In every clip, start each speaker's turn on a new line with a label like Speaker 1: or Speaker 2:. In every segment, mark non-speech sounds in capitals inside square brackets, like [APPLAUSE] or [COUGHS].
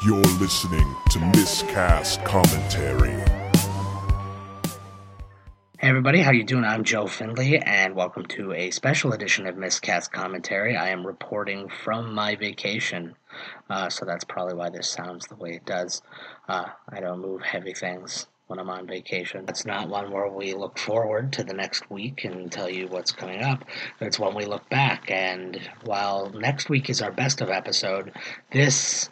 Speaker 1: You're listening to Miscast Commentary.
Speaker 2: Hey everybody, how you doing? I'm Joe Findley, and welcome to a special edition of Miscast Commentary. I am reporting from my vacation, uh, so that's probably why this sounds the way it does. Uh, I don't move heavy things when I'm on vacation. It's not one where we look forward to the next week and tell you what's coming up. It's one we look back, and while next week is our best of episode, this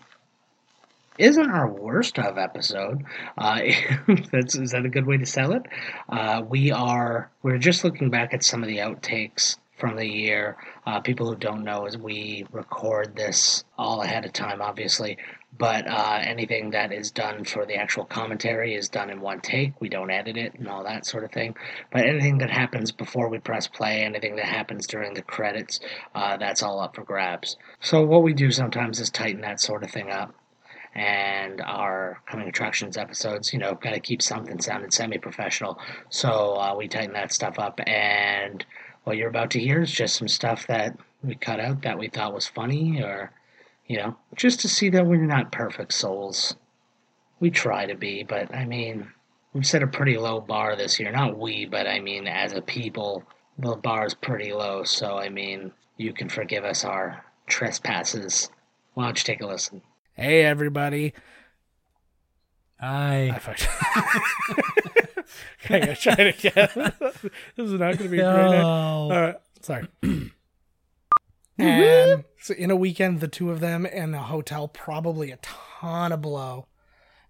Speaker 2: isn't our worst of episode. Uh, [LAUGHS] that's is that a good way to sell it? Uh, we are we're just looking back at some of the outtakes from the year. Uh, people who don't know is we record this all ahead of time, obviously. But uh, anything that is done for the actual commentary is done in one take. We don't edit it and all that sort of thing. But anything that happens before we press play, anything that happens during the credits, uh, that's all up for grabs. So what we do sometimes is tighten that sort of thing up and our coming attractions episodes, you know, got to keep something sounding semi professional. So uh, we tighten that stuff up. And what you're about to hear is just some stuff that we cut out that we thought was funny or, you know, just to see that we're not perfect souls. We try to be, but I mean, we've set a pretty low bar this year. Not we, but I mean, as a people, the bar is pretty low. So, I mean, you can forgive us our trespasses. Why don't you take a listen?
Speaker 3: Hey everybody. I
Speaker 4: I
Speaker 3: fucked [LAUGHS] I gotta try it again. [LAUGHS] this is not gonna be a great. night. All
Speaker 4: no.
Speaker 3: right. Sorry.
Speaker 4: Mm-hmm.
Speaker 3: and so in a weekend, the two of them in a hotel, probably a ton of blow.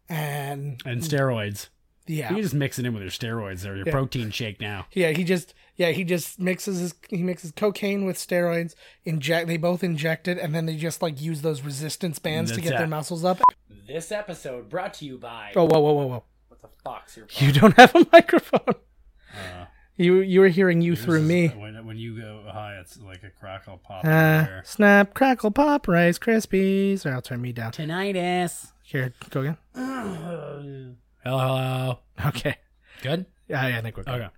Speaker 3: And
Speaker 4: and steroids. You
Speaker 3: yeah.
Speaker 4: can just mix it in with your steroids or your
Speaker 3: Yeah.
Speaker 4: protein shake now.
Speaker 3: Yeah, he just yeah, he just mixes his he mixes cocaine with steroids, inject they both inject it, and then they just like use those resistance bands to
Speaker 4: That's
Speaker 3: get their
Speaker 4: it.
Speaker 3: muscles up.
Speaker 5: This episode brought to you by
Speaker 3: Oh whoa, whoa, whoa, whoa.
Speaker 5: what the fuck's your
Speaker 3: You don't have a [LAUGHS] microphone.
Speaker 4: Uh,
Speaker 3: You you were hearing you
Speaker 4: this
Speaker 3: through
Speaker 4: is-
Speaker 3: me.
Speaker 4: When, when you go high, it's like a crackle pop. in
Speaker 3: Uh,
Speaker 4: there.
Speaker 3: snap, crackle, pop, Rice Krispies. Or I'll turn me down.
Speaker 4: Tinnitus.
Speaker 3: Here, go again.
Speaker 4: hello, hello.
Speaker 3: Okay.
Speaker 4: Good?
Speaker 3: Yeah, yeah, I think we're good.
Speaker 4: [LAUGHS] Okay.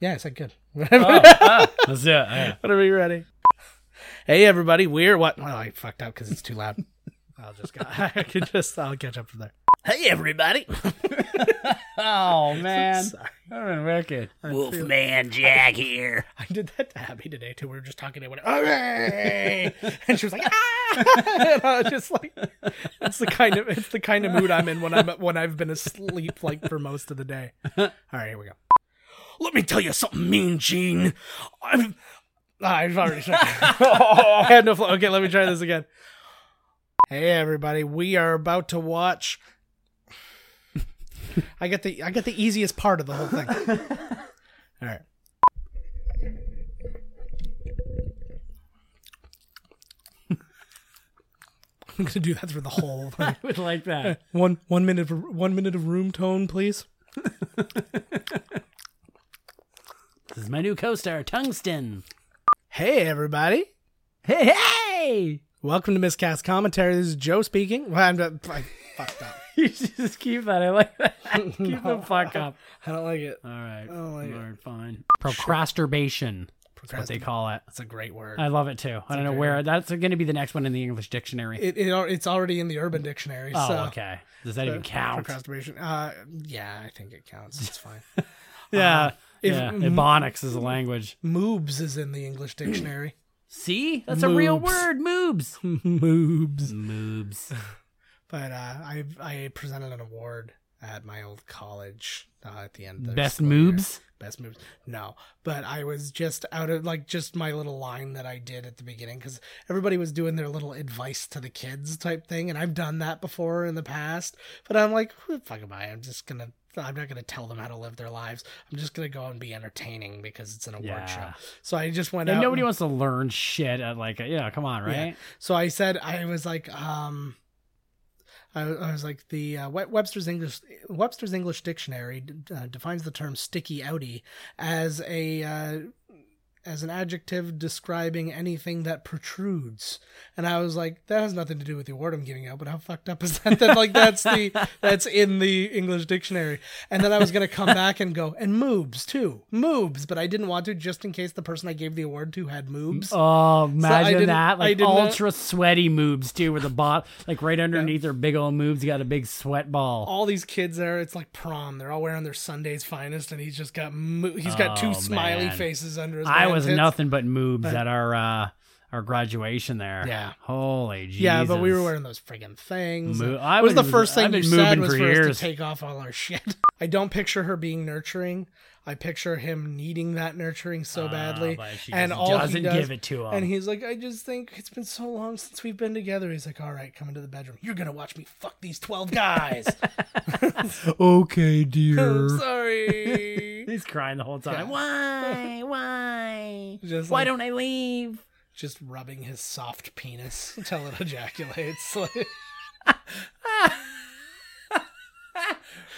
Speaker 3: Yeah, I said good. [LAUGHS]
Speaker 4: Oh, ah, that's it. Yeah.
Speaker 3: Whenever you're ready. Hey, everybody. We're what? Well, I fucked up because it's too loud. [LAUGHS] I'll just go. [LAUGHS] I can just, I'll catch up from there. Hey, everybody.
Speaker 4: Oh, [LAUGHS] [LAUGHS] man.
Speaker 3: Sorry. [LAUGHS]
Speaker 4: That would've been wicked.
Speaker 5: Wolfman Jack here.
Speaker 3: I did that to Abby today, too. We were just talking to went, Hooray! [LAUGHS] and she was like, ah! [LAUGHS] and I was just like, it's the kind of it's the kind of mood I'm in when I'm when I've been asleep like for most of the day. All right, here we go. Let me tell you something, Mean Gene. I've I've already tried. [LAUGHS] I had no flow. Okay, let me try this again. Hey, everybody, we are about to watch. [LAUGHS] I get the I get the easiest part of the whole [LAUGHS] thing. All right. [LAUGHS] I'm gonna do that for the whole thing.
Speaker 4: I would like that.
Speaker 3: [LAUGHS] One one minute of one minute of room tone, please.
Speaker 4: This is my new co star, Tungsten.
Speaker 3: Hey everybody.
Speaker 4: Hey, hey!
Speaker 3: Welcome to Miscast Commentary. This is Joe speaking. Well, I'm not- I fucked up.
Speaker 4: [LAUGHS] You should just keep that. I like
Speaker 3: [LAUGHS]
Speaker 4: that. Keep the fuck up.
Speaker 3: I don't like it.
Speaker 4: All right.
Speaker 3: Oh, my God.
Speaker 4: Lord, fine. Procrastination. That's what they call it.
Speaker 3: That's a great word.
Speaker 4: I love it too. I don't know where that's going to be the next one in the English dictionary.
Speaker 3: it, it al- it's already in the Urban Dictionary.
Speaker 4: oh,
Speaker 3: so
Speaker 4: okay. Does that even count?
Speaker 3: Procrastination. Uh, yeah, I think it counts. It's fine.
Speaker 4: [LAUGHS] yeah.
Speaker 3: if-
Speaker 4: yeah. Ebonics is a language.
Speaker 3: Moobs is in the English dictionary.
Speaker 4: See, that's a real
Speaker 3: Moobs.
Speaker 4: word. Moobs.
Speaker 3: Moobs.
Speaker 4: [LAUGHS] Moobs.
Speaker 3: But uh, I I presented an award at my old college uh, at the end. Of the
Speaker 4: Best
Speaker 3: school year.
Speaker 4: moobs.
Speaker 3: best moves. No, but I was just out of like just my little line that I did at the beginning because everybody was doing their little advice to the kids type thing, and I've done that before in the past. But I'm like, who the fuck am I? I'm just gonna. I'm not gonna tell them how to live their lives. I'm just gonna go and be entertaining because it's an award
Speaker 4: Yeah.
Speaker 3: show. So I just went
Speaker 4: And
Speaker 3: out.
Speaker 4: nobody
Speaker 3: and-
Speaker 4: wants to learn shit at like, a, yeah, come on,
Speaker 3: Yeah.
Speaker 4: right?
Speaker 3: so I said I was like, um, I, I was like the uh, Web- Webster's English Webster's English Dictionary d- uh, defines the term "sticky outy" as a uh, as an adjective describing anything that protrudes. And I was like, that has nothing to do with the award I'm giving out, but how fucked up is that? That like that's the that's in the English dictionary. And then I was gonna come back and go, and moobs too. Moobs, but I didn't want to just in case the person I gave the award to had moobs.
Speaker 6: Oh, imagine
Speaker 3: didn't- I
Speaker 6: that! Like
Speaker 3: did not-
Speaker 6: ultra sweaty moves too, where the bot, like right underneath their big old moves, got a big sweat ball.
Speaker 3: all these kids there it's like prom they're all wearing their sunday's finest and he's just got mo- he's got two
Speaker 6: Oh,
Speaker 3: smiley
Speaker 6: man.
Speaker 3: faces under his
Speaker 6: I
Speaker 3: man
Speaker 6: was
Speaker 3: tits.
Speaker 6: nothing but moves at our uh our graduation there.
Speaker 3: Yeah.
Speaker 6: Holy Jesus.
Speaker 3: yeah but we were wearing those friggin' things
Speaker 6: Mo-
Speaker 3: It
Speaker 6: I
Speaker 3: was the
Speaker 6: was-
Speaker 3: first
Speaker 6: I've
Speaker 3: thing you
Speaker 6: been
Speaker 3: said
Speaker 6: moving
Speaker 3: was
Speaker 6: for
Speaker 3: for us
Speaker 6: years.
Speaker 3: to take off all our shit [LAUGHS] i don't picture her being nurturing i picture him needing that nurturing so badly
Speaker 6: Ah, Oh, but she
Speaker 3: and
Speaker 6: just
Speaker 3: all
Speaker 6: doesn't
Speaker 3: he does,
Speaker 6: give it to him.
Speaker 3: and he's like i just think it's been so long since we've been together he's like all right come into the bedroom you're gonna watch me fuck these 12 guys [LAUGHS]
Speaker 6: Okay,
Speaker 3: i'm
Speaker 6: dear.
Speaker 3: sorry
Speaker 6: [LAUGHS] He's crying the whole time.
Speaker 3: Yeah.
Speaker 6: Why?
Speaker 3: [LAUGHS]
Speaker 6: Why?
Speaker 3: Just
Speaker 6: Why
Speaker 3: like-
Speaker 6: don't I leave?
Speaker 3: just rubbing his soft penis until it [LAUGHS] ejaculates. Like,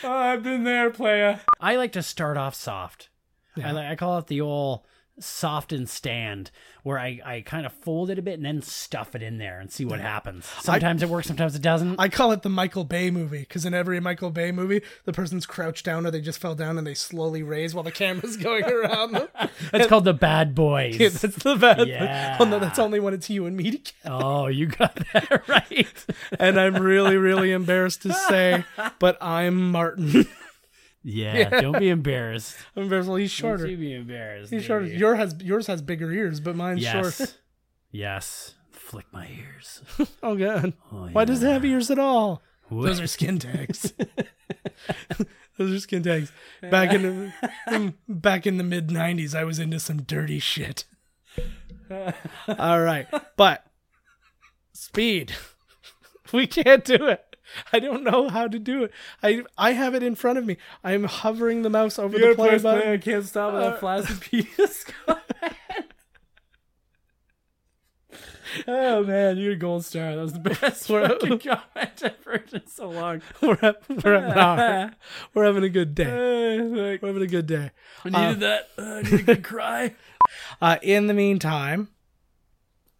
Speaker 3: Oh,
Speaker 7: I've been there, player.
Speaker 6: I like to start off soft.
Speaker 3: Yeah.
Speaker 6: I, like, I call it the old soft and stand, where I, I kind of fold it a bit and then stuff it in there and see what happens. Sometimes it works, sometimes it doesn't.
Speaker 3: I call it the Michael Bay movie because in every Michael Bay movie, the person's crouched down or they just fell down and they slowly raise while the camera's going around them.
Speaker 6: That's called the bad boys.
Speaker 3: [LAUGHS] Yeah, that's the bad.
Speaker 6: Yeah.
Speaker 3: Oh no, that's only when it's you and me together.
Speaker 6: oh, you got that [LAUGHS] right.
Speaker 3: And I'm really, really embarrassed to [LAUGHS] say, but I'm Martin. [LAUGHS]
Speaker 6: [LAUGHS] Yeah, don't be [LAUGHS] embarrassed.
Speaker 3: I'm embarrassed. Well, he's
Speaker 6: Don't you
Speaker 3: shorter.
Speaker 6: be embarrassed.
Speaker 3: He's shorter.
Speaker 6: baby.
Speaker 3: Your has yours has bigger ears, but mine's
Speaker 6: yes.
Speaker 3: short.
Speaker 6: Yes. Flick my ears.
Speaker 3: Oh god.
Speaker 6: Oh,
Speaker 3: Why does it have ears at all?
Speaker 6: What?
Speaker 3: [LAUGHS] Those are skin tags. Those are skin tags. Back in the back in the mid '90s, I was into some dirty shit. All right, but speed. [LAUGHS] We can't do it. I don't know how to do it. I I have it in front of me. I'm hovering the mouse over the play button.
Speaker 7: I can't stop with
Speaker 6: Uh,
Speaker 7: that
Speaker 6: [LAUGHS]
Speaker 7: flaccid penis.
Speaker 6: Oh man, you're a gold star. That was the best
Speaker 3: We're-
Speaker 6: fucking comment I've heard in so long.
Speaker 3: We're, ha- we're, [LAUGHS] having, an hour. we're having a good day. We're having a good day.
Speaker 6: Eh, I needed that. Uh, I needed to cry.
Speaker 3: [LAUGHS] Uh, in the meantime,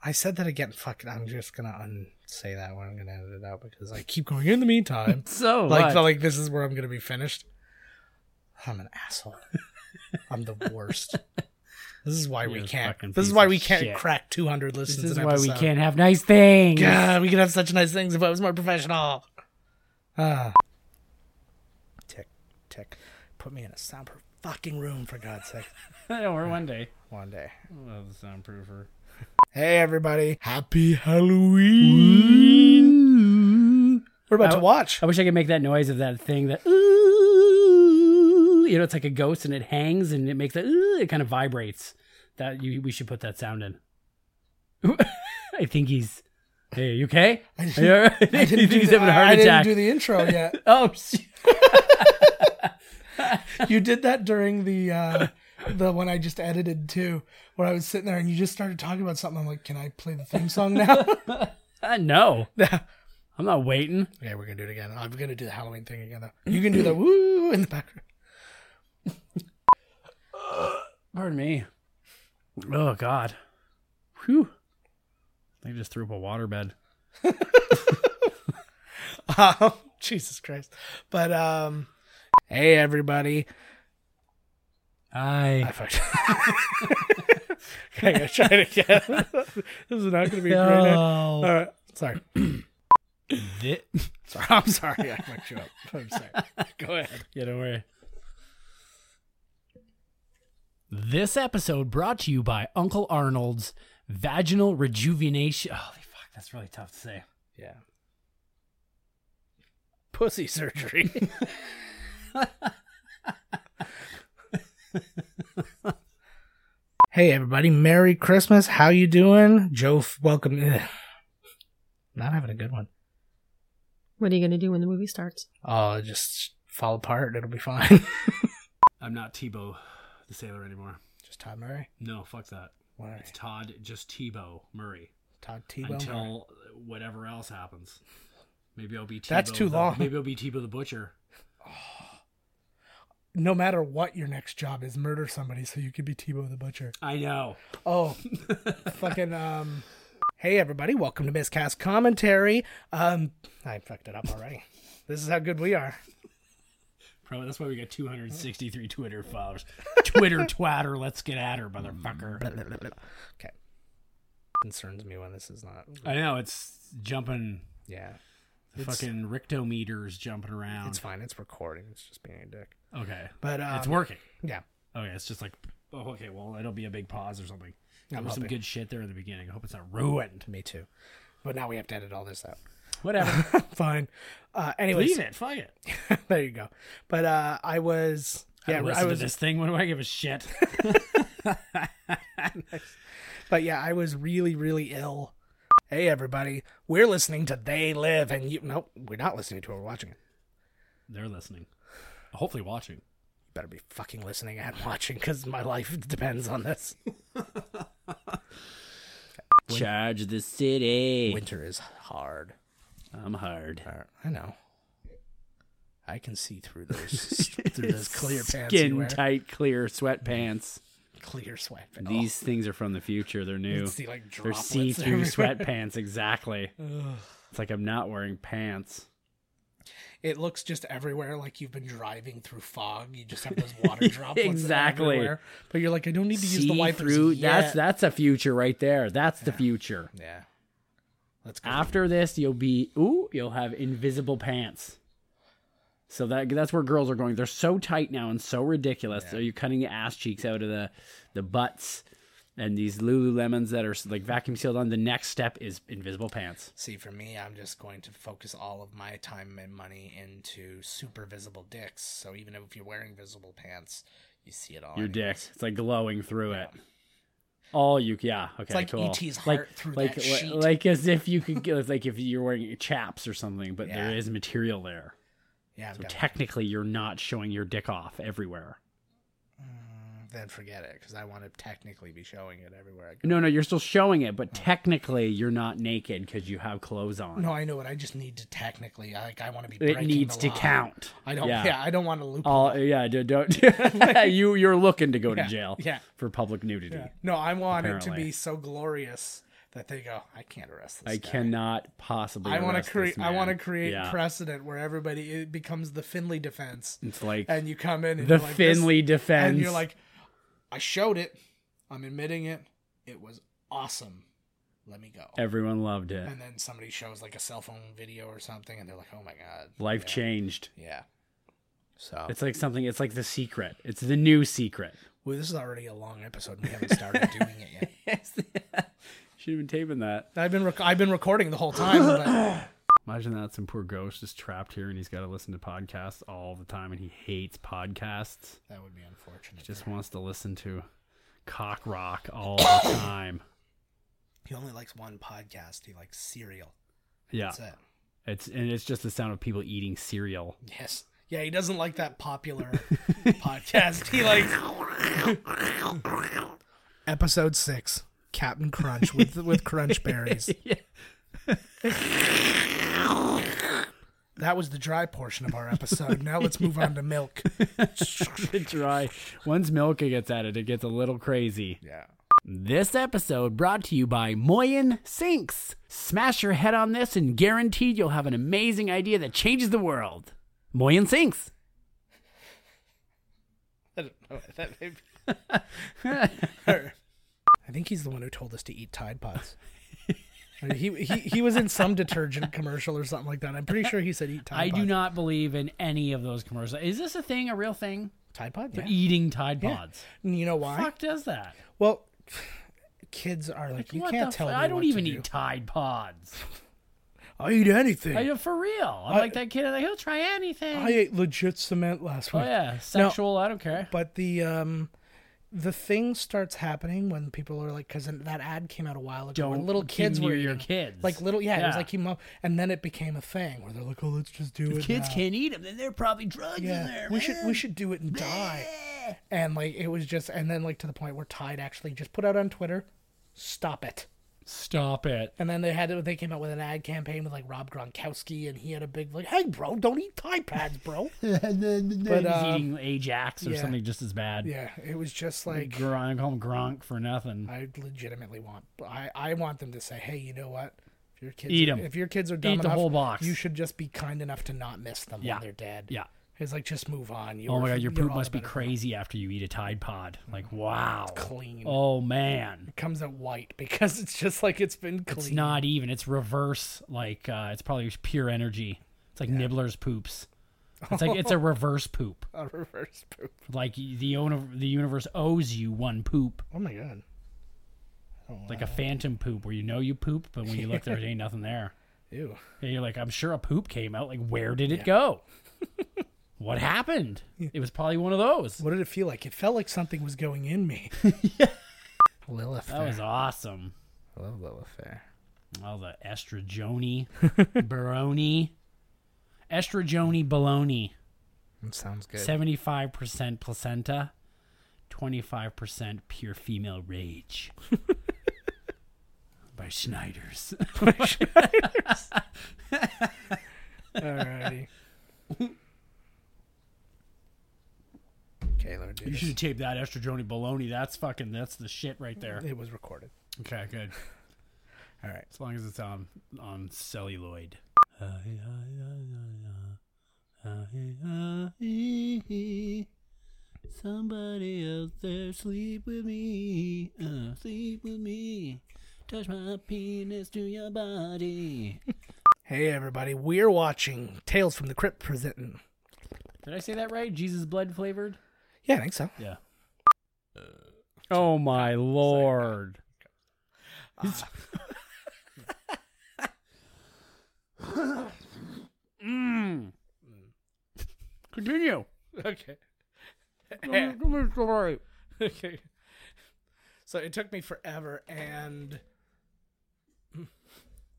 Speaker 3: I said that again. Fuck, it, I'm just gonna unsay that one. I'm gonna edit it out because I keep going. In the
Speaker 6: [LAUGHS]
Speaker 3: meantime,
Speaker 6: [LAUGHS] So
Speaker 3: like,
Speaker 6: what?
Speaker 3: like this is where I'm gonna be finished. I'm an asshole. I'm the
Speaker 6: [LAUGHS]
Speaker 3: worst. This is why
Speaker 6: You're
Speaker 3: we
Speaker 6: a
Speaker 3: can't.
Speaker 6: fucking
Speaker 3: This is
Speaker 6: piece
Speaker 3: why
Speaker 6: of
Speaker 3: we can't
Speaker 6: shit.
Speaker 3: crack 200 listens.
Speaker 6: this is
Speaker 3: an
Speaker 6: why we
Speaker 3: episode.
Speaker 6: can't have nice things.
Speaker 3: God, we could have such nice things if I was more professional. Ah. Tick, tick. Put me in a soundproof fucking room for God's [LAUGHS] sake.
Speaker 6: [LAUGHS] or one day.
Speaker 3: One day.
Speaker 6: Love the soundproofer.
Speaker 3: [LAUGHS] Hey everybody! Happy Halloween! We're about to watch.
Speaker 6: I wish I could make that noise of that thing that ooh, you know, it's like a ghost and it hangs and it makes that ooh, it kind of vibrates. That you we should put that sound in. [LAUGHS] I think he's. Hey, you okay? [LAUGHS] I
Speaker 3: didn't-
Speaker 6: I you think he's having a
Speaker 3: I- I
Speaker 6: heart
Speaker 3: didn't
Speaker 6: attack.
Speaker 3: do the intro [LAUGHS] yet.
Speaker 6: oh, shit.
Speaker 3: you did that during the [LAUGHS] uh, the one I just edited too, where I was sitting there and you just started talking about something. I'm like, can I play the theme song [LAUGHS] now?
Speaker 6: Uh, no,
Speaker 3: yeah,
Speaker 6: I'm not waiting.
Speaker 3: we're gonna do it again. I'm gonna do the Halloween thing again though. You can do the woo in the background. [LAUGHS]
Speaker 6: Pardon me. Oh God. Whew. I just threw up a waterbed.
Speaker 3: Um, Jesus Christ! But um, hey everybody!
Speaker 6: I.
Speaker 3: I fucked. [LAUGHS] okay, I'm gonna try it again. [LAUGHS] this is not gonna be a great. All right. Sorry.
Speaker 6: [LAUGHS]
Speaker 3: sorry. I'm sorry. I fucked you up. I'm sorry.
Speaker 6: Go ahead. Yeah, don't worry. This episode brought to you by Uncle Arnold's Vaginal Rejuvenation. Holy fuck, that's really tough to say.
Speaker 3: Yeah. Pussy surgery. hey everybody, Merry Christmas. How you doing? Joe, f- welcome. [SIGHS] Ugh. Not having a good one.
Speaker 8: What are you gonna do when the movie starts?
Speaker 3: Oh, just fall apart. It'll be fine. [LAUGHS]
Speaker 6: I'm not Tebow the Sailor anymore.
Speaker 3: just Todd Murray.
Speaker 6: No, fuck that.
Speaker 3: All
Speaker 6: It's
Speaker 3: right.
Speaker 6: Todd, just Tebow Murray.
Speaker 3: Todd Tebow. Murray.
Speaker 6: until whatever else happens. Maybe I'll be Tebow.
Speaker 3: That's too
Speaker 6: the-
Speaker 3: long.
Speaker 6: Maybe I'll be Tebow the Butcher.
Speaker 3: no matter what your next job is, murder somebody so you could be Tebow the Butcher. [LAUGHS]
Speaker 4: I know.
Speaker 3: Oh, fucking um. Hey everybody, welcome to Miscast Commentary. Um, I fucked it up already. This is how good we are.
Speaker 4: Probably that's why we got 263 Twitter
Speaker 3: [LAUGHS]
Speaker 4: followers. Twitter twatter, let's get at her, motherfucker.
Speaker 3: Okay. Concerns me when this is not.
Speaker 4: I know it's jumping.
Speaker 3: Yeah,
Speaker 4: The
Speaker 3: It's-
Speaker 4: fucking rictometers jumping around.
Speaker 3: it's fine. It's recording. It's just being a dick.
Speaker 4: Okay,
Speaker 3: But um,
Speaker 4: it's working.
Speaker 3: Yeah.
Speaker 4: Okay, it's just like oh, okay. Well, it'll be a big pause or something. There
Speaker 3: I'm
Speaker 4: was some
Speaker 3: hoping.
Speaker 4: good shit there at the beginning. I hope it's not ruined.
Speaker 3: Me too. But now we have to edit all this out. [LAUGHS]
Speaker 4: Whatever.
Speaker 3: Fine. Uh, anyways,
Speaker 4: Leave it. Fuck it.
Speaker 3: [LAUGHS] there you go. But uh, I was.
Speaker 4: Yeah, I,
Speaker 3: Yeah, I,
Speaker 4: listen
Speaker 3: was.
Speaker 4: to this thing. What do I give a
Speaker 3: [LAUGHS]
Speaker 4: shit?
Speaker 3: But yeah, I was really, really ill. Hey, everybody, we're listening to They Live, and you. Nope, we're not listening to it. We're watching it.
Speaker 4: They're listening. Hopefully, watching.
Speaker 3: You better be fucking listening and watching because my life [LAUGHS] depends on this.
Speaker 6: Charge the city.
Speaker 3: Winter is hard.
Speaker 6: I'm hard.
Speaker 3: Or- I know. I can see
Speaker 6: [LAUGHS]
Speaker 3: through those through those clear pants you
Speaker 6: Skin
Speaker 3: wear.
Speaker 6: tight, clear sweatpants.
Speaker 3: clear sweat.
Speaker 6: These things are from the future. They're
Speaker 3: oh, you
Speaker 6: new.
Speaker 3: can see like
Speaker 6: They're
Speaker 3: droplets.
Speaker 6: see through
Speaker 3: everywhere. [LAUGHS]
Speaker 6: sweatpants. Exactly. it's like I'm not wearing pants.
Speaker 3: It looks just everywhere, like you've been driving through fog. You just have those
Speaker 6: [LAUGHS]
Speaker 3: water droplets
Speaker 6: Exactly.
Speaker 3: everywhere. But you're like, I don't need to use the
Speaker 6: See
Speaker 3: wipers
Speaker 6: through. That's
Speaker 3: yet.
Speaker 6: that's a future right there. That's the future.
Speaker 3: Yeah. Let's go.
Speaker 6: After this, you'll be ooh, you'll have invisible pants. So that that's where girls are going. They're so tight now and so ridiculous. So you're cutting the ass cheeks out of the the butts, and these Lululemons that are like vacuum sealed on. The next step is invisible pants.
Speaker 3: See, for me, I'm just going to focus all of my time and money into super visible dicks. So even if you're wearing visible pants, you see it all.
Speaker 6: Your dick,
Speaker 3: anyways.
Speaker 6: it's like glowing through it. All you, yeah, okay,
Speaker 3: like
Speaker 6: cool.
Speaker 3: E.T.'s heart through
Speaker 6: like,
Speaker 3: that
Speaker 6: li-
Speaker 3: sheet.
Speaker 6: like as if you could, get- like if you're wearing chaps or something, but
Speaker 3: Yeah.
Speaker 6: there is material there.
Speaker 3: Yeah, I'm
Speaker 6: So
Speaker 3: done.
Speaker 6: technically, you're not showing your dick off everywhere.
Speaker 3: then forget it because I want to technically be showing it everywhere I go.
Speaker 6: No, no, you're still showing it, but technically you're not naked because you have clothes on.
Speaker 3: No, I know it. I just need to technically, like, I want to be.
Speaker 6: it
Speaker 3: breaking
Speaker 6: needs
Speaker 3: the
Speaker 6: to
Speaker 3: law.
Speaker 6: count.
Speaker 3: I don't. Yeah, I don't want to loop.
Speaker 6: All, yeah, d-
Speaker 3: [LAUGHS]
Speaker 6: don't. [LAUGHS] you you're looking to go to
Speaker 3: Yeah,
Speaker 6: jail
Speaker 3: yeah.
Speaker 6: for public nudity.
Speaker 3: [LAUGHS] No, I want it to
Speaker 6: Apparently.
Speaker 3: be so glorious that they go, I can't arrest this.
Speaker 6: I
Speaker 3: guy."
Speaker 6: cannot possibly.
Speaker 3: I want
Speaker 6: arrest
Speaker 3: to
Speaker 6: this
Speaker 3: create. I
Speaker 6: man.
Speaker 3: want to create
Speaker 6: Yeah.
Speaker 3: precedent where everybody it becomes the Finley defense,
Speaker 6: It's like
Speaker 3: and you come in and
Speaker 6: the
Speaker 3: you're like, this-
Speaker 6: Finley defense.
Speaker 3: and you're like, I showed it. I'm admitting it. It was awesome. Let me go.
Speaker 6: everyone loved it.
Speaker 3: And then somebody shows like a cell phone video or something, and they're like, "Oh my god,
Speaker 6: Life
Speaker 3: yeah.
Speaker 6: changed.
Speaker 3: Yeah. So
Speaker 6: It's like something. It's like the secret. It's the new
Speaker 3: [LAUGHS]
Speaker 6: secret.
Speaker 3: well, this is already a long episode. and We haven't
Speaker 6: [LAUGHS]
Speaker 3: started doing it yet. [LAUGHS]
Speaker 6: Should have been taping that.
Speaker 3: I've been rec- I've been recording the whole time. But
Speaker 6: Imagine that some poor ghost is trapped here and he's got to listen to podcasts all the time and he hates podcasts.
Speaker 3: that would be unfortunate.
Speaker 6: Just wants to listen to cock rock all the
Speaker 3: [COUGHS]
Speaker 6: time.
Speaker 3: He only likes one podcast. He likes cereal.
Speaker 6: Yeah,
Speaker 3: That's it.
Speaker 6: it's and it's just the sound of people eating
Speaker 3: [LAUGHS]
Speaker 6: cereal.
Speaker 3: Yes. Yeah, he doesn't like that
Speaker 4: [LAUGHS]
Speaker 3: popular podcast. He likes episode six, Captain Crunch with with Crunch Berries. that was the dry portion of our episode. Now let's move on to milk.
Speaker 6: It's dry. Once Milka gets at it, it gets a little crazy.
Speaker 3: Yeah.
Speaker 6: This episode brought to you by Moyen Sinks. Smash your head on this and guaranteed you'll have an amazing idea that changes the world. Moyen Sinks.
Speaker 3: I don't know. That may be... I think he's the one who told us to eat Tide Pods. I mean, he, he he was in some detergent commercial or something like that. I'm pretty sure he said eat Tide
Speaker 4: I
Speaker 3: Pods.
Speaker 4: do not believe in any of those commercials. Is this a thing? A real thing?
Speaker 3: Tide Pod?
Speaker 4: They're
Speaker 3: Yeah.
Speaker 4: eating Tide Pods.
Speaker 3: And You know why?
Speaker 4: Fuck does that?
Speaker 3: Well, [SIGHS] kids are like, you
Speaker 4: What
Speaker 3: can't
Speaker 4: the
Speaker 3: tell
Speaker 4: fu-
Speaker 3: me
Speaker 4: I don't
Speaker 3: what to
Speaker 4: even
Speaker 3: do.
Speaker 4: eat Tide Pods.
Speaker 3: I eat anything.
Speaker 4: I, for real. I'm
Speaker 3: I-
Speaker 4: like that kid. I'm like, he'll try anything.
Speaker 3: I ate legit cement last
Speaker 4: oh
Speaker 3: week.
Speaker 4: yeah, sexual. I don't care.
Speaker 3: But the um, the thing starts happening when people are like, because that ad came out a while ago. when
Speaker 4: Don't
Speaker 3: little kids
Speaker 4: near
Speaker 3: were
Speaker 4: your
Speaker 3: eating-
Speaker 4: kids.
Speaker 3: Like little, yeah, it was
Speaker 4: Yeah.
Speaker 3: like he mo- and then it became a thing where they're like, oh, let's just do it.
Speaker 4: Kids
Speaker 3: now.
Speaker 4: can't eat them. Then they're probably drugs in
Speaker 3: Yeah,
Speaker 4: there.
Speaker 3: we should
Speaker 4: man.
Speaker 3: we should do it and die. And like it was just, and then like to the point where Tide actually just put out on Twitter, stop it.
Speaker 5: Stop
Speaker 3: [LAUGHS]
Speaker 5: it.
Speaker 3: And then they had they came out with an ad campaign with like Rob Gronkowski, and he had a big like, "Hey, bro, don't eat Tide Pads, bro." [LAUGHS]
Speaker 6: but, um,
Speaker 3: uh,
Speaker 6: eating Ajax or
Speaker 3: yeah.
Speaker 6: something just as bad.
Speaker 3: yeah, it was just like
Speaker 6: Gronk, call him Gronk for nothing.
Speaker 3: I legitimately want. I I want them to say, "Hey, you know what? If your kids
Speaker 6: Eat
Speaker 3: are-
Speaker 6: 'em.
Speaker 3: If your kids are dumb
Speaker 6: Eat the
Speaker 3: enough,
Speaker 6: whole box.
Speaker 3: you should just be kind enough to not miss them
Speaker 6: Yeah.
Speaker 3: when they're dead."
Speaker 6: yeah.
Speaker 3: It's like just move on.
Speaker 6: Oh my god, your poop
Speaker 3: all
Speaker 6: must be
Speaker 3: about it.
Speaker 6: crazy after you eat a Tide Pod. Like wow.
Speaker 3: Mm. clean.
Speaker 6: Oh man.
Speaker 3: Comes out white [LAUGHS] because it's just like it's been clean.
Speaker 6: It's not even. It's reverse. Like uh, it's probably just pure energy. It's like Nibbler's poops. It's like
Speaker 3: [LAUGHS]
Speaker 6: it's a reverse poop.
Speaker 3: a reverse poop.
Speaker 6: Like the owner, the universe owes you one poop.
Speaker 3: Oh my god.
Speaker 6: It's like a phantom poop where you know you poop, but when you look
Speaker 3: [LAUGHS]
Speaker 6: there ain't nothing there.
Speaker 3: Ew.
Speaker 6: And you're like, I'm sure a poop came out. Like where did it go? [LAUGHS] what happened? It was probably one of those.
Speaker 3: What did it feel like? It felt like something was going
Speaker 6: [LAUGHS]
Speaker 3: in me. Lilith.
Speaker 6: That was awesome.
Speaker 3: I love Lilith there.
Speaker 6: All the
Speaker 3: [LAUGHS]
Speaker 6: estrajoni, baroni, estrajoni baloney.
Speaker 3: That sounds good.
Speaker 6: Seventy-five percent placenta, twenty-five percent pure female
Speaker 3: [LAUGHS]
Speaker 6: rage. By Schneiders. [LAUGHS]
Speaker 3: Alrighty. okay, Lord.
Speaker 6: You should have taped that estrajoni baloney. That's fucking. That's the shit right there.
Speaker 3: It was recorded.
Speaker 6: Okay, [LAUGHS] good.
Speaker 3: All right.
Speaker 6: As long as it's on on celluloid. [LAUGHS] Somebody out there, sleep with me, uh, sleep with me. Touch my penis to your body.
Speaker 3: Hey everybody, we're watching Tales from the Crypt presenting.
Speaker 6: Did I say that right? Jesus blood flavored.
Speaker 3: Yeah, I think so.
Speaker 6: Yeah. Uh, oh my lord. [LAUGHS] mm. Continue.
Speaker 3: [LAUGHS] Okay.
Speaker 6: story.
Speaker 3: [LAUGHS] okay. So it took me forever, and [LAUGHS]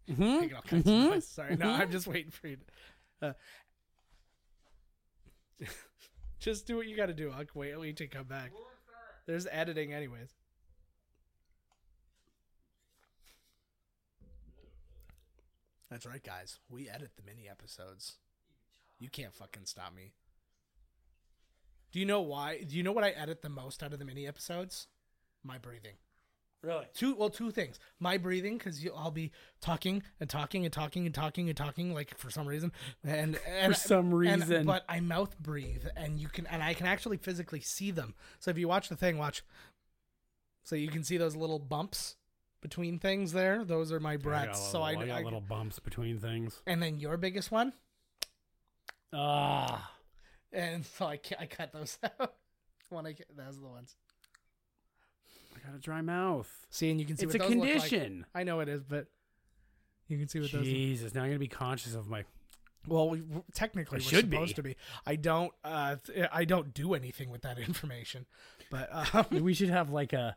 Speaker 3: Making all kinds of noise. Sorry, no, I'm just waiting for you. To, uh, just do what you got to do. I'll wait till you to come back. There's editing, anyways. That's right, guys. We edit the mini episodes. You can't fucking stop me. Do you know why? Do you know what I edit the most out of the mini episodes? My breathing. Really? Two well, two things. My breathing because I'll be talking and talking and talking and talking and talking like for some reason, and, and
Speaker 6: For some
Speaker 3: and-
Speaker 6: reason.
Speaker 3: but I mouth breathe and you can and I can actually physically see them. So if you watch the thing, watch. So you can see those little bumps between things there. Those are my breaths. so I,
Speaker 6: got
Speaker 3: I-
Speaker 6: little bumps between things.
Speaker 3: and then your biggest one,
Speaker 6: Ah.
Speaker 3: and so I ca- I cut those [LAUGHS] out. When I ca- those are the ones.
Speaker 6: I got a dry mouth.
Speaker 3: See, and you can see
Speaker 6: It's
Speaker 3: what
Speaker 6: a
Speaker 3: those look like.
Speaker 6: condition.
Speaker 3: I know it is, but you can see what those.
Speaker 6: Jesus, now I'm gonna be conscious of my
Speaker 3: Well, we, we- technically,
Speaker 6: I
Speaker 3: we're
Speaker 6: should be.
Speaker 3: supposed to be. I don't. Uh, th- I don't do anything with that [LAUGHS] information. But um, [LAUGHS]
Speaker 6: we should have like a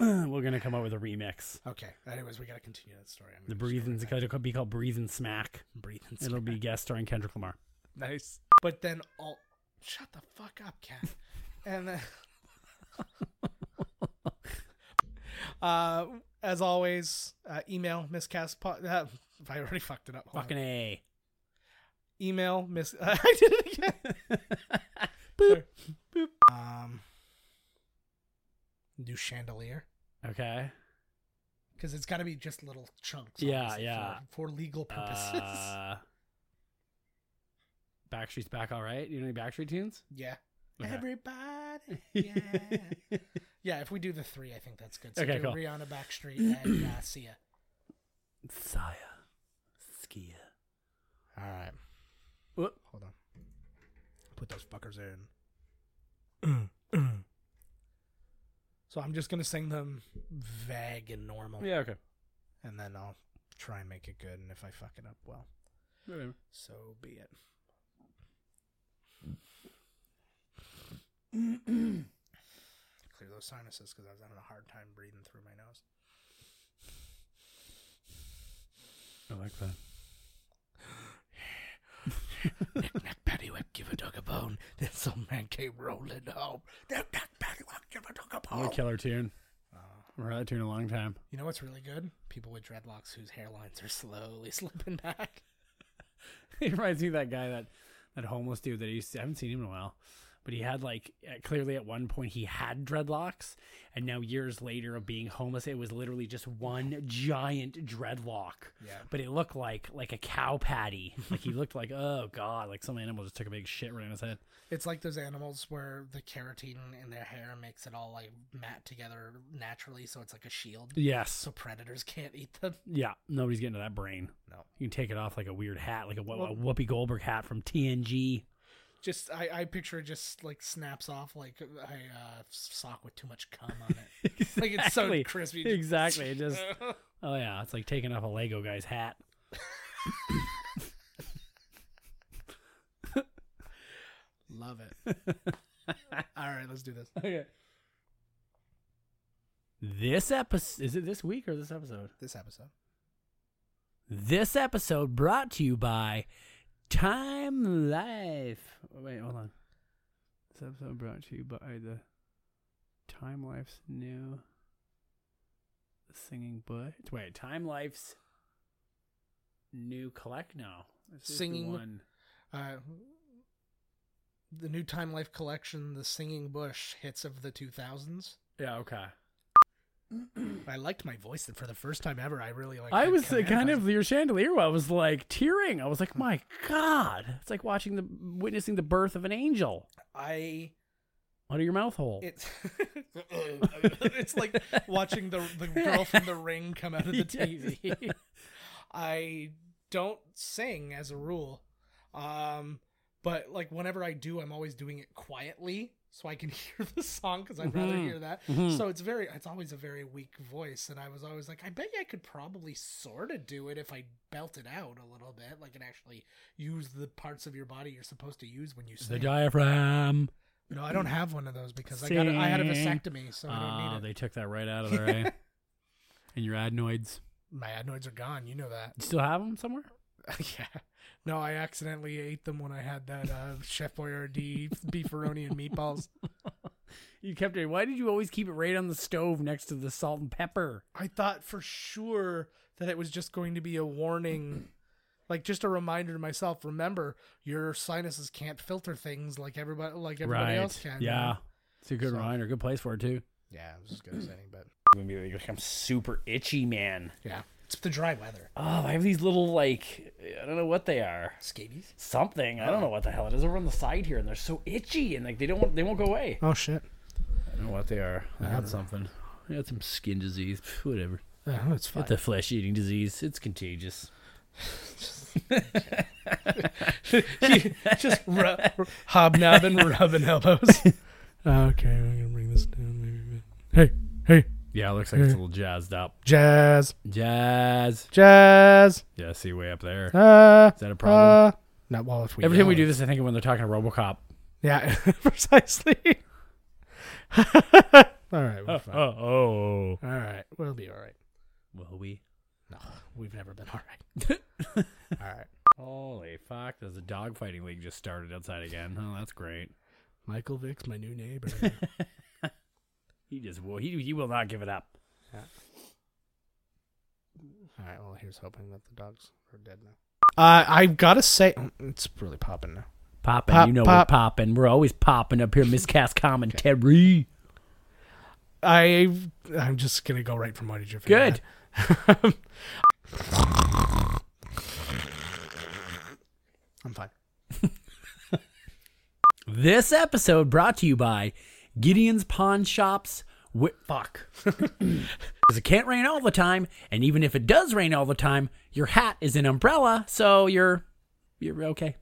Speaker 6: we're gonna come up with a remix
Speaker 3: okay. Anyways, we gotta continue that story. I'm
Speaker 6: the
Speaker 3: gonna
Speaker 6: breathing's gonna be called breathing smack
Speaker 3: breathing.
Speaker 6: it'll be guest starring kendrick lamar
Speaker 3: [LAUGHS] nice. But then all. Shut the fuck up, cat. and then. [LAUGHS] uh, as always, uh, email miscast. Uh, [LAUGHS] I already fucked it up. Hold on.
Speaker 6: fucking a
Speaker 3: email miss [LAUGHS] i did it again
Speaker 6: [LAUGHS]
Speaker 3: boop boop um do chandelier
Speaker 6: okay
Speaker 3: because it's got to be just little chunks
Speaker 6: Yeah,
Speaker 3: obviously,
Speaker 6: yeah.
Speaker 3: for, for legal purposes
Speaker 6: uh, backstreet's back all right you know any backstreet tunes
Speaker 3: [LAUGHS] yeah Uh-huh.
Speaker 6: okay.
Speaker 3: [LAUGHS] everybody yeah yeah if we do the three i think that's good so
Speaker 6: Okay,
Speaker 3: do
Speaker 6: cool.
Speaker 3: rihanna backstreet and [CLEARS THROAT] uh, sia
Speaker 6: saya skia
Speaker 3: all right
Speaker 6: Whoop.
Speaker 3: hold on put those fuckers in [CLEARS THROAT] so i'm just gonna sing them vague and normal
Speaker 6: yeah okay
Speaker 3: and then I'll try and make it good. And if I fuck it up, well,
Speaker 6: Whatever.
Speaker 3: so be
Speaker 6: [CLEARS THROAT]
Speaker 3: it. Clear those sinuses because I was having a hard time breathing through my nose.
Speaker 6: i like that
Speaker 3: Knack, knack, paddywhack, give a dog a bone. [LAUGHS] There's some man came rolling home. They're not bad, I'm gonna talk about.
Speaker 6: What a killer tune. I've heard that tune a long time.
Speaker 3: You know what's really good? People with dreadlocks whose hairlines are slowly [LAUGHS] slipping back.
Speaker 6: [LAUGHS] It reminds me of that guy that that homeless dude that he used to, I haven't seen him in a while, but he had like uh, clearly at one point he had dreadlocks, and now years later of being homeless, it was literally just
Speaker 3: [LAUGHS]
Speaker 6: one giant dreadlock.
Speaker 3: Yeah.
Speaker 6: But it looked like like a cow patty. like he looked like oh god, like some animal just took a big shit right in his head.
Speaker 3: It's like those animals where the keratin in their hair makes it all like mat together naturally, so it's like a shield.
Speaker 6: Yes.
Speaker 3: So predators can't eat them. [LAUGHS]
Speaker 6: Yeah. Nobody's getting to that brain.
Speaker 3: No.
Speaker 6: You can take it off like a weird hat, like a, Wh- a Whoopi Goldberg hat from TNG.
Speaker 3: Just I, I picture it just like snaps off like a uh, sock with too much cum on [LAUGHS] it. [LAUGHS] Like it's so
Speaker 6: Exactly.
Speaker 3: crispy.
Speaker 6: Exactly. It just oh yeah, it's like taking off a Lego guy's hat.
Speaker 3: [LAUGHS] Love it. all right, let's do this. [LAUGHS]
Speaker 6: Okay. This episode is it this week or this episode?
Speaker 3: This episode.
Speaker 6: This episode brought to you by Time Life. Oh, wait, hold on. This episode brought to you by the Time Life's new singing book. Wait, Time Life's new collect? No, this is the
Speaker 3: Singing-
Speaker 6: one.
Speaker 3: Uh, the new Time Life collection, The Singing Bush Hits of the 2000s.
Speaker 6: Yeah, okay.
Speaker 3: I liked my voice for the first time ever. I really like.
Speaker 6: I was uh, kind of your chandelier. I was like tearing. I was like, my God! It's like watching the witnessing the birth of an angel
Speaker 3: I
Speaker 6: out of your mouth hole. [LAUGHS]
Speaker 3: it's [LAUGHS] it's like watching the the girl from the ring come out
Speaker 6: [LAUGHS]
Speaker 3: of the [LAUGHS] TV. I don't sing as a rule, um, but like whenever I do, I'm always doing it quietly so I can [LAUGHS] hear the song because I'd
Speaker 6: Hmm.
Speaker 3: rather hear that.
Speaker 6: Mm-hmm.
Speaker 3: So it's very it's always a very weak voice, and I was always like, I bet you I could probably sort of do it if I belt it out a little bit, like and actually use the parts of your body you're supposed to use when you
Speaker 6: the
Speaker 3: sing.
Speaker 6: diaphragm.
Speaker 3: No, I don't have one of those because I got a, I had a
Speaker 6: Sing.
Speaker 3: vasectomy, so I don't
Speaker 6: Ah,
Speaker 3: need it.
Speaker 6: they took that right
Speaker 3: [LAUGHS]
Speaker 6: out of there. eh? And your adenoids.
Speaker 3: My adenoids are gone. You know that. [LAUGHS]
Speaker 6: You still have them somewhere?
Speaker 3: yeah. No, I accidentally ate them when I had that uh, Chef Boyardee beefaroni and meatballs.
Speaker 6: You kept it. Why did you always keep it right on the stove next to the salt and pepper?
Speaker 3: I thought for sure that it was just going to be a warning, [CLEARS THROAT] like just a reminder to myself. Remember, your sinuses can't filter things like everybody, like everybody else can. you
Speaker 6: yeah.
Speaker 3: know?
Speaker 6: It's a good reminder. Good place for it too.
Speaker 3: Yeah, I was just gonna say anything, but
Speaker 6: I'm super itchy, man.
Speaker 3: yeah, it's the dry weather.
Speaker 6: Oh, I have these little like I don't know what they are.
Speaker 3: Scabies.
Speaker 6: something. I don't know what the hell it is over on the side here, and they're so itchy, and like they don't want, they won't go away.
Speaker 3: Oh shit.
Speaker 6: I don't know what they are. I had something. I had some skin disease. Pff, Whatever.
Speaker 3: Oh, it's fine.
Speaker 6: It's a flesh eating disease. It's [LAUGHS] contagious.
Speaker 3: just [LAUGHS] ru- ru- hobnobbing, rubbing
Speaker 6: [LAUGHS]
Speaker 3: elbows. [LAUGHS] okay, I'm gonna bring this down maybe. Hey, hey,
Speaker 6: Yeah, it looks like it's a [LAUGHS] little jazzed up.
Speaker 3: jazz,
Speaker 6: Jazz.
Speaker 3: jazz.
Speaker 6: Yeah, see way up there.
Speaker 3: Uh,
Speaker 6: Is that a problem?
Speaker 3: Uh, not well if we.
Speaker 6: Every time we
Speaker 3: yell.
Speaker 6: do this, I think of when they're talking to RoboCop.
Speaker 3: yeah, [LAUGHS] precisely. all right, we're fine.
Speaker 6: Uh, oh.
Speaker 3: all right, we'll be all right.
Speaker 6: Will we?
Speaker 3: No, we've never been all right. all right,
Speaker 6: [LAUGHS] Holy fuck! There's a dogfighting league just started outside again. Oh, that's great.
Speaker 3: Michael Vick's my new [LAUGHS] neighbor.
Speaker 6: He just will. He, he will not give it up.
Speaker 3: all right, well, here's hoping that the dogs are dead now. Uh, I've gotta say, oh, it's really popping now.
Speaker 6: Popping,
Speaker 3: Pop,
Speaker 6: you know
Speaker 3: pop.
Speaker 6: we're popping. We're always popping up here, miscast commentary.
Speaker 3: I I'm just gonna go right from what did you feel
Speaker 6: Good.
Speaker 3: bad. [LAUGHS] I'm fine.
Speaker 6: This episode brought to you by Gideon's Pawn Shops. Wi- fuck. [LAUGHS] Because it can't rain all the time, and even if it does rain all the time, your hat is an umbrella, so you're you're [LAUGHS] okay.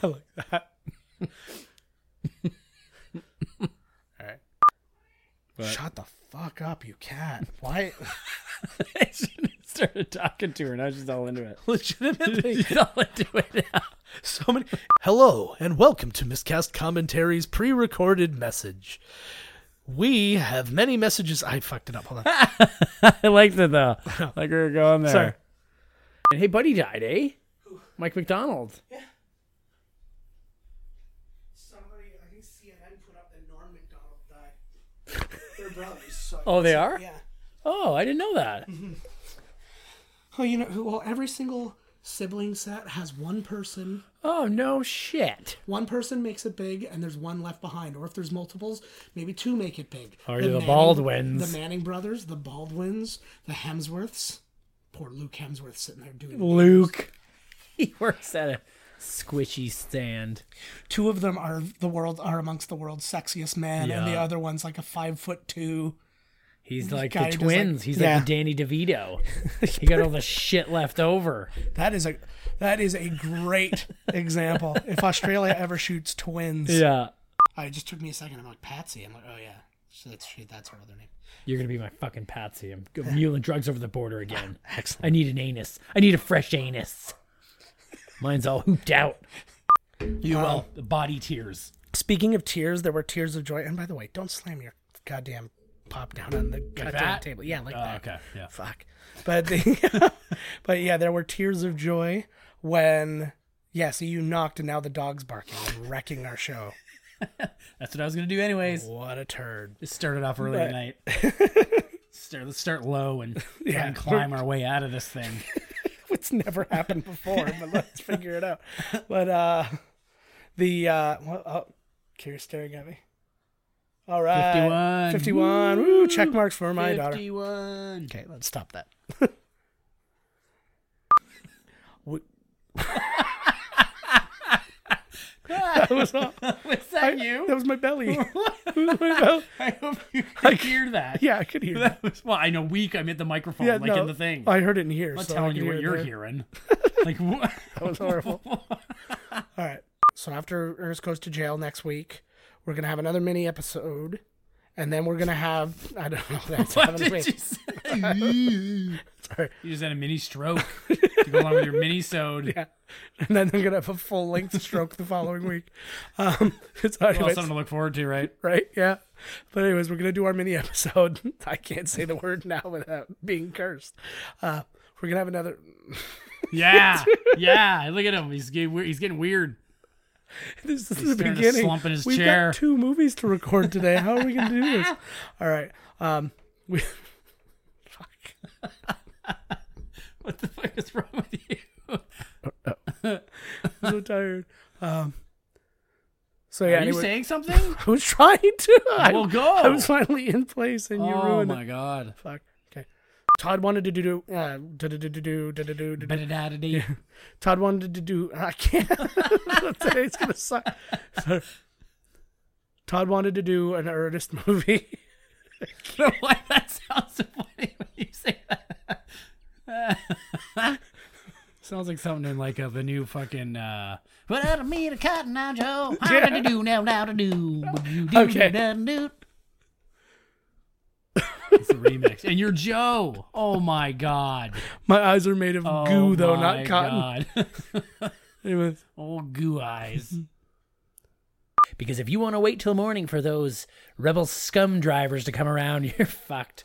Speaker 3: I like that. All right. Shut the fuck up, you [LAUGHS] cat. Why?
Speaker 6: I started talking to her, and I was just all into it. [LAUGHS]
Speaker 3: Legitimately,
Speaker 6: She's all into it now.
Speaker 3: so many. Hello, and welcome to Miscast Commentary's pre recorded message. We have many messages. I fucked it up. Hold on.
Speaker 6: [LAUGHS] I liked it though. Like we were going there.
Speaker 3: Sorry.
Speaker 6: And hey, buddy died, eh? Mike McDonald.
Speaker 3: Somebody, I think CNN put up that Norm McDonald died.
Speaker 6: [LAUGHS]
Speaker 3: They're brothers. So
Speaker 6: Oh, they are.
Speaker 3: Yeah.
Speaker 6: Oh, I didn't know that.
Speaker 3: Oh, you know, who- well, every single sibling set has one person.
Speaker 6: Oh no shit.
Speaker 3: One person makes it big, and there's one left behind. Or if there's multiples, maybe two make it big.
Speaker 4: Or the Baldwins.
Speaker 3: The Manning brothers, the Baldwins, the Hemsworths. Poor Luke Hemsworth sitting there doing.
Speaker 6: Luke.
Speaker 4: He [LAUGHS] works at a squishy stand.
Speaker 3: Two of them are the world are amongst the world's sexiest men, and the
Speaker 4: Yeah.
Speaker 3: other one's like a five foot two.
Speaker 4: He's like the
Speaker 3: guy just, like-
Speaker 4: twins. He's
Speaker 3: yeah.
Speaker 4: like the Danny DeVito. he got all the shit left over.
Speaker 3: That is a that is a [LAUGHS] great example. If Australia ever shoots twins,
Speaker 4: Yeah.
Speaker 3: I it just took me a second. I'm like Patsy. I'm like, oh yeah, so that's she, that's her other name.
Speaker 4: You're gonna be my fucking patsy. I'm g- muling drugs over the border again.
Speaker 3: Excellent.
Speaker 4: I need an anus. I need a fresh anus. Mine's all hooped out.
Speaker 3: You will.
Speaker 4: The body tears.
Speaker 3: Speaking of tears, there were tears of joy. And by the way, don't slam your goddamn pop down on the goddamn
Speaker 4: that? Oh,
Speaker 3: table. Oh, Yeah, like that.
Speaker 4: okay. Yeah.
Speaker 3: Fuck. But the, [LAUGHS] but yeah, there were tears of joy when yeah. So you knocked, and now the dog's barking and wrecking our show.
Speaker 4: That's what I was gonna do anyways.
Speaker 3: What a turd.
Speaker 4: Just start it off early
Speaker 3: But-
Speaker 4: tonight. start, let's start low and,
Speaker 3: Yeah.
Speaker 4: and climb our way out of this thing.
Speaker 3: [LAUGHS] It's never happened before, but let's figure it out. But uh, the uh, well, oh, Kira's staring at me. All right,
Speaker 6: 51.
Speaker 3: 51. Woo, check marks for my daughter.
Speaker 6: Fifty-one.
Speaker 3: Okay, let's
Speaker 6: [LAUGHS]
Speaker 3: stop that. We- [LAUGHS] that was, all-
Speaker 6: [LAUGHS] Was that you?
Speaker 3: that was
Speaker 6: [LAUGHS]
Speaker 3: my belly. That was my belly.
Speaker 6: I hope you could hear that.
Speaker 3: Yeah, I could hear
Speaker 6: That
Speaker 3: that.
Speaker 6: was, well, I know weak. I'm at the microphone,
Speaker 3: Yeah,
Speaker 6: like
Speaker 3: no,
Speaker 6: in the thing. I'm
Speaker 3: I heard it in here.
Speaker 6: not
Speaker 3: so I
Speaker 6: telling
Speaker 3: could
Speaker 6: you what
Speaker 3: hear it
Speaker 6: you're
Speaker 3: there.
Speaker 6: hearing.
Speaker 3: [LAUGHS]
Speaker 6: like what?
Speaker 3: That was horrible. All
Speaker 6: [LAUGHS]
Speaker 3: right. So after Ernest goes to jail next week, we're gonna have another mini episode, and then we're gonna have I don't know. Um, [LAUGHS] That's
Speaker 6: What
Speaker 3: happening to
Speaker 6: did you
Speaker 3: me.
Speaker 6: say? [LAUGHS] You just had a mini stroke to go along with your mini sode.
Speaker 3: And then they're gonna have a full length stroke the following [LAUGHS] week. Um, it's
Speaker 6: Well,
Speaker 3: anyways,
Speaker 6: Oh, something to look forward to, right?
Speaker 3: right? Yeah. But anyways, we're gonna do our mini episode. I can't say the word now without being cursed. Uh, we're gonna have another.
Speaker 6: Yeah, yeah. Look at him. He's getting weird. He's getting weird. [LAUGHS]
Speaker 3: This is the
Speaker 6: starting to
Speaker 3: beginning.
Speaker 6: slump in his
Speaker 3: We've
Speaker 6: chair.
Speaker 3: got two movies to record today. How are we gonna do this? All right. Um, we. Fuck.
Speaker 6: What the fuck is wrong with you?
Speaker 3: so tired. Um, so yeah,
Speaker 6: Are you
Speaker 3: anyway,
Speaker 6: saying something?
Speaker 3: I was trying to. I,
Speaker 6: Well, go.
Speaker 3: I was finally in place, and you
Speaker 6: oh
Speaker 3: ruined
Speaker 6: my
Speaker 3: it.
Speaker 6: god.
Speaker 3: Fuck. Okay. Todd wanted to do do uh, do do do do do do do.
Speaker 6: [LAUGHS] Ba-da-da-da-dee.
Speaker 3: Todd wanted to do. I can't. [LAUGHS] Today's gonna suck. Sorry. Todd wanted to do an Ernest
Speaker 6: [LAUGHS]
Speaker 3: movie.
Speaker 6: I don't know why that sounds so funny when you say that. Sounds like something in like uh, the new fucking. uh Without me to cotton eye Joe. How to do now now to do.
Speaker 3: Okay.
Speaker 6: It's a remix, and you're Joe. Oh my god.
Speaker 3: My eyes are made of
Speaker 6: Oh
Speaker 3: goo, though,
Speaker 6: my
Speaker 3: not cotton.
Speaker 6: God. [LAUGHS]
Speaker 3: Anyways,
Speaker 6: Old goo eyes. [LAUGHS]
Speaker 4: Because if you want to wait till morning for those rebel scum drivers to come around, [LAUGHS] you're fucked.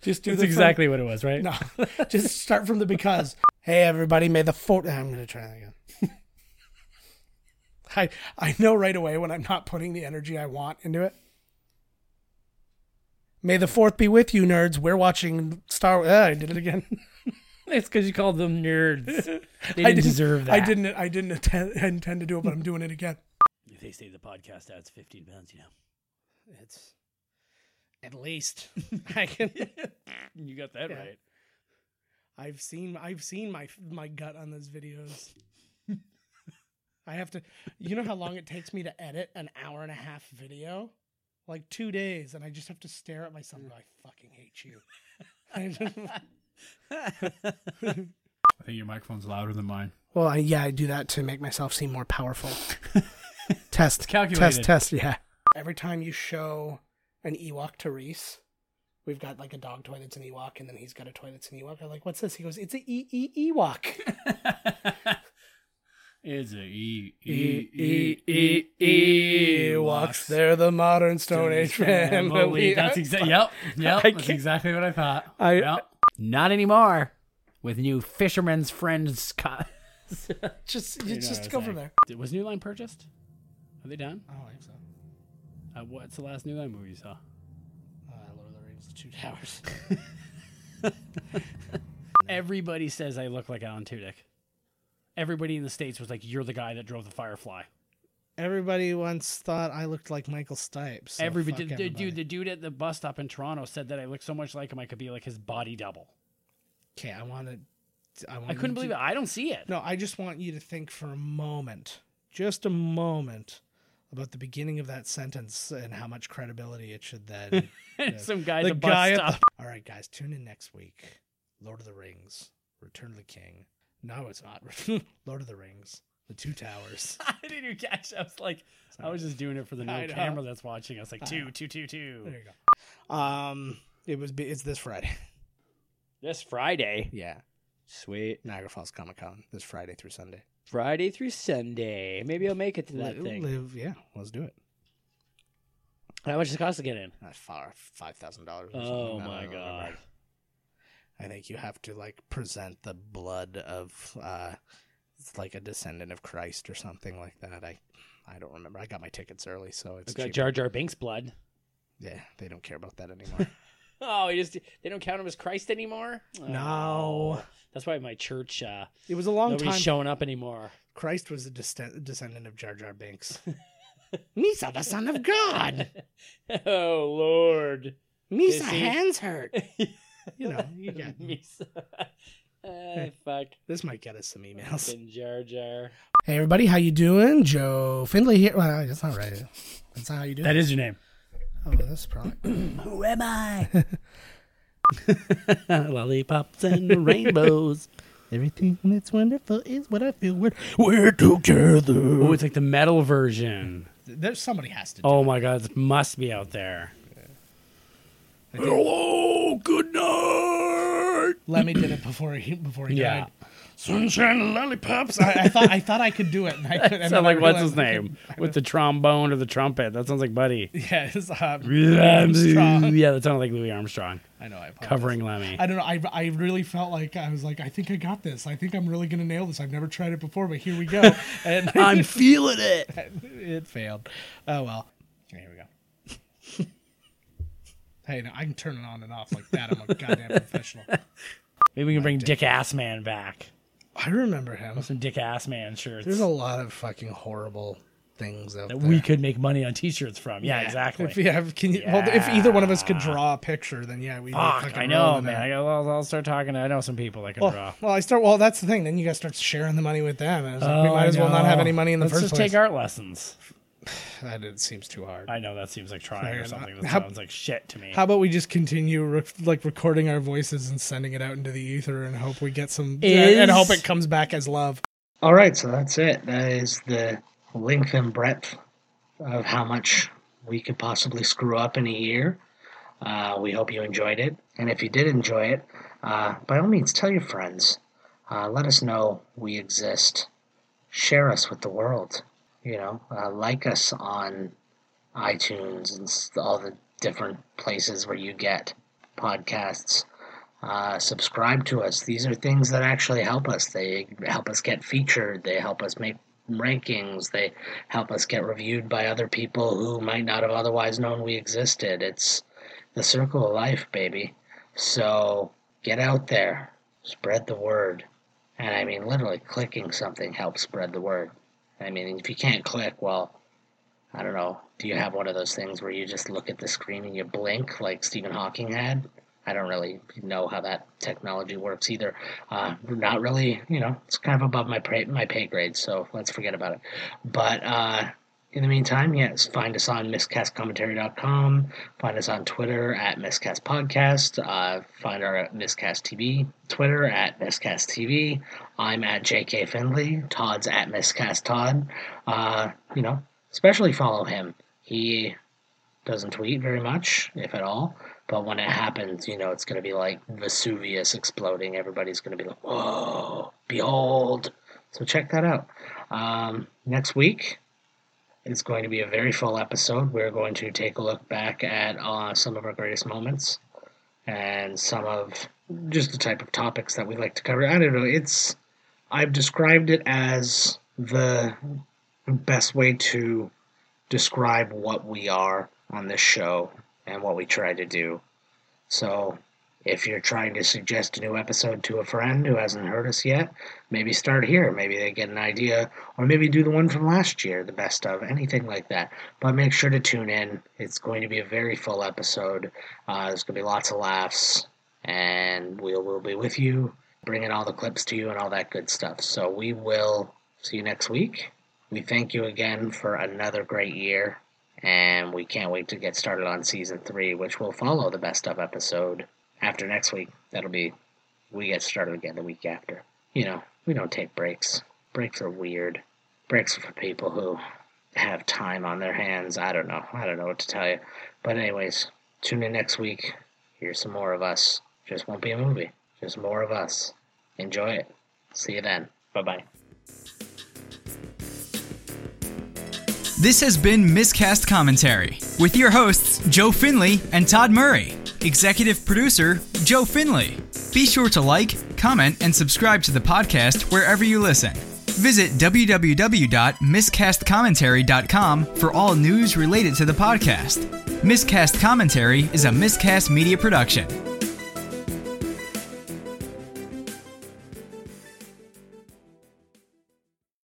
Speaker 3: just
Speaker 4: That's
Speaker 3: do the exact.
Speaker 4: exactly what it was, right?
Speaker 3: No, [LAUGHS] just start from the because. Hey, everybody, may the fourth. I'm gonna try that again. [LAUGHS] I I know right away when I'm not putting the energy I want into it. May the fourth be with you, nerds. We're watching Star. Uh, I did it again.
Speaker 4: It's because you called them nerds. They didn't,
Speaker 3: [LAUGHS] I
Speaker 4: deserve that.
Speaker 3: I didn't. I didn't intend, [LAUGHS] intend to do it, but I'm doing it again.
Speaker 6: If they save the podcast out, it's 15 pounds, you know.
Speaker 2: It's at
Speaker 4: [LAUGHS]
Speaker 2: least I can.
Speaker 6: [LAUGHS] You got that right.
Speaker 3: I've seen. I've seen my my gut on those videos. I have to. You know how long it takes me to edit an hour and a half video? Like two days, and I just have to stare at myself. and go, I fucking hate you. [LAUGHS] I just-
Speaker 6: I think your microphone's louder than mine.
Speaker 3: well, I, yeah, I do that to make myself seem more powerful. test,
Speaker 6: calculated.
Speaker 3: test, test. Yeah. Every time you show an Ewok to Reese, we've got like a dog toy that's an Ewok, and then he's got a toy that's an Ewok. I'm like, what's this? He goes, it's a E E Ewok. [LAUGHS]
Speaker 6: It's a E
Speaker 3: E E E E walks. They're the modern Stone Age family. [LAUGHS]
Speaker 6: That's exactly. Yep. Yep.
Speaker 3: I
Speaker 6: That's
Speaker 3: can't-
Speaker 6: exactly what I thought.
Speaker 3: I-
Speaker 6: yep. Not anymore. With new Fisherman's Friend Scott.
Speaker 3: Just
Speaker 6: You know
Speaker 3: you
Speaker 6: what I'm
Speaker 3: just go from
Speaker 6: saying.
Speaker 3: there.
Speaker 6: Did- [LAUGHS] Was New Line purchased? Are they done?
Speaker 3: I don't think so.
Speaker 6: Uh, what's the last New Line movie you saw?
Speaker 3: Uh, Lord of the Rings: The Two Towers.
Speaker 6: Everybody says I look like Alan Tudyk. Everybody in the states was like, "You're the guy that drove the Firefly."
Speaker 3: Everybody once thought I looked like Michael Stipe. So
Speaker 6: everybody,
Speaker 3: fuck
Speaker 6: the- the- dude,
Speaker 3: everybody.
Speaker 6: the dude at the bus stop in Toronto said that I look so much like him I could be like his body double.
Speaker 3: Okay, I wanted. I,
Speaker 6: I couldn't believe it. I don't see it.
Speaker 3: No, I just want you to think for a moment, just a moment, about the beginning of that sentence and how much credibility it
Speaker 6: [LAUGHS]
Speaker 3: should then.
Speaker 6: Some guy at
Speaker 3: The
Speaker 6: the bus
Speaker 3: guy
Speaker 6: [LAUGHS]
Speaker 3: at
Speaker 6: stop.
Speaker 3: All right, guys, tune in next week. Lord of the Rings, Return of the King. No, it's not. [LAUGHS] Lord of the Rings, The Two Towers.
Speaker 6: I didn't even catch. I was like, I was just doing it for the
Speaker 3: I
Speaker 6: new
Speaker 3: know.
Speaker 6: camera that's watching. I was like, two,
Speaker 3: know.
Speaker 6: two, two, two.
Speaker 3: There you go. Um, it was. It's this Friday.
Speaker 6: This Friday.
Speaker 3: Yeah,
Speaker 6: Sweet.
Speaker 3: Niagara Falls Comic Con this Friday through Sunday.
Speaker 6: Friday through Sunday. Maybe I'll make it to that
Speaker 3: Li-
Speaker 6: thing.
Speaker 3: Live, yeah, let's do it.
Speaker 6: How much does it cost to get in?
Speaker 3: Not Uh, far, five thousand dollars.
Speaker 6: Oh my god.
Speaker 3: I think you have to like present the blood of uh it's like a descendant of Christ or something like that. I I don't remember. I got my tickets early, so it's
Speaker 6: I've got
Speaker 3: cheap.
Speaker 6: Jar Jar Binks blood.
Speaker 3: yeah, they don't care about that anymore.
Speaker 6: [LAUGHS] Oh, he just they don't count him as Christ anymore?
Speaker 3: No.
Speaker 6: Oh. That's why my church uh
Speaker 3: it was a long
Speaker 6: nobody's
Speaker 3: time.
Speaker 6: showing up anymore.
Speaker 3: Christ was a descend- descendant of Jar Jar [LAUGHS] Binks. Misa, the son of God.
Speaker 6: [LAUGHS] oh [LAUGHS] Lord.
Speaker 3: Misa,
Speaker 6: Is he-
Speaker 3: hands [LAUGHS] hurt. You
Speaker 6: [LAUGHS]
Speaker 3: know, you get,
Speaker 6: Misa. Ah, fuck.
Speaker 3: this might get us some [LAUGHS] emails.
Speaker 6: Fucking Jar [LAUGHS] Jar.
Speaker 3: Hey everybody, how you doing? Joe Findlay here. Well, that's not right. That's not how you do it.
Speaker 6: is your [LAUGHS] name.
Speaker 3: Oh, that's probably.
Speaker 6: Who am I? Lollipops [LAUGHS] and rainbows.
Speaker 3: Everything that's wonderful is what I feel. We're, we're together.
Speaker 6: Oh, it's like the metal version.
Speaker 3: There's somebody has to do
Speaker 6: Oh my god, it must be out there.
Speaker 1: Hello, good night.
Speaker 3: Lemmy [CLEARS THROAT] did it before he before he
Speaker 6: Yeah.
Speaker 3: died.
Speaker 1: Sunshine and lollipops.
Speaker 3: I, I thought I thought I could do it. And [LAUGHS] I could,
Speaker 6: Sound like what's his name? With the trombone or the trumpet. That sounds like
Speaker 3: [LAUGHS]
Speaker 6: Buddy.
Speaker 3: Yeah, it's, um, Armstrong.
Speaker 6: Yeah, that sounded like Louis Armstrong
Speaker 3: I know. I apologize.
Speaker 6: covering Lemmy.
Speaker 3: I don't know. I, I really felt like I was like I think I got this. I think I'm really gonna nail this. I've never tried it before, but here we [LAUGHS] go. And
Speaker 6: [LAUGHS] I'm feeling it.
Speaker 3: it failed. Oh well. Here we go. [LAUGHS] hey, no, I can turn it on and off like that. I'm a goddamn professional.
Speaker 6: Maybe we can bring Dick Assman back.
Speaker 3: I remember him.
Speaker 6: Some Dick Assman shirts
Speaker 3: There's a lot of fucking horrible things out
Speaker 6: that
Speaker 3: there.
Speaker 6: we could make money on T-shirts from. Yeah,
Speaker 3: If
Speaker 6: exactly.
Speaker 3: you have, can you, well, if either one of us could draw a picture, then yeah,
Speaker 6: [LAUGHS]
Speaker 3: we.
Speaker 6: Fuck, I know, man. I gotta, I'll, I'll start talking. To, I know some people that can draw.
Speaker 3: Well, well, I start. Well, that's the thing. Then you guys start sharing the money with them, and it's like, we
Speaker 6: Oh,
Speaker 3: might
Speaker 6: I
Speaker 3: as well not
Speaker 6: know.
Speaker 3: have any money in the
Speaker 6: Let's
Speaker 3: first
Speaker 6: just
Speaker 3: place.
Speaker 6: take art lessons.
Speaker 3: that it seems too hard.
Speaker 6: I know that seems like trying or
Speaker 3: Fair
Speaker 6: something. That
Speaker 3: enough. How-
Speaker 6: sounds like shit to me.
Speaker 3: How about we just continue re- like recording our voices and sending it out into the ether, and hope we get some,
Speaker 6: Is-
Speaker 3: and hope it comes back as love.
Speaker 2: All right, so that's it. That is the length and breadth of how much we could possibly screw up in a year. Uh, we hope you enjoyed it. And if you did enjoy it, uh, by all means, tell your friends. Uh, let us know we exist. Share us with the world. You know, uh, like us on iTunes and s- all the different places where you get podcasts uh, subscribe to us. These are things that actually help us. They help us get featured. They help us make rankings. They help us get reviewed by other people who might not have otherwise known we existed. It's the circle of life, baby. So get out there, spread the word. And I mean, literally, clicking something helps spread the word. I mean, if you can't click, well, I don't know. Do you have one of those things where you just look at the screen and you blink like Stephen Hawking had? I don't really know how that technology works either. Uh, not really, you know, it's kind of above my pay, my pay grade, so let's forget about it. But uh, in the meantime, yes, find us on miscastcommentary.com, find us on Twitter at Miscast Podcast, uh, find our Miscast TV, Twitter at Miscast TV. I'm at JK Findley, Todd's at Miscast Todd. Uh, you know, especially follow him. He doesn't tweet very much, if at all. But when it happens, you know, it's going to be like Vesuvius exploding. Everybody's going to be like, whoa, behold. So check that out. Um, next week is going to be a very full episode. We're going to take a look back at uh, some of our greatest moments and some of just the type of topics that we like to cover. I don't know. It's I've described it as the best way to describe what we are on this show and what we try to do. So, if you're trying to suggest a new episode to a friend who hasn't heard us yet, maybe start here. Maybe they get an idea, or maybe do the one from last year, the best of, anything like that. But make sure to tune in. It's going to be a very full episode. Uh, there's going to be lots of laughs, and we will be with you, bringing all the clips to you and all that good stuff. So we will see you next week. We thank you again for another great year, and we can't wait to get started on season three, which will follow the best of episode after next week. That'll be we get started again the week after. You know, we don't take breaks. Breaks are weird. Breaks are for people who have time on their hands. I don't know. I don't know what to tell you. But anyways, tune in next week. Here's some more of us. Just won't be a movie. Just more of us. Enjoy it. See you then. Bye bye.
Speaker 9: This has been Miscast Commentary with your hosts, Joe Finley and Todd Murray. Executive producer, Joe Finley. Be sure to like, comment, and subscribe to the podcast wherever you listen. Visit www.miscastcommentary.com for all news related to the podcast. Miscast Commentary is a miscast media production.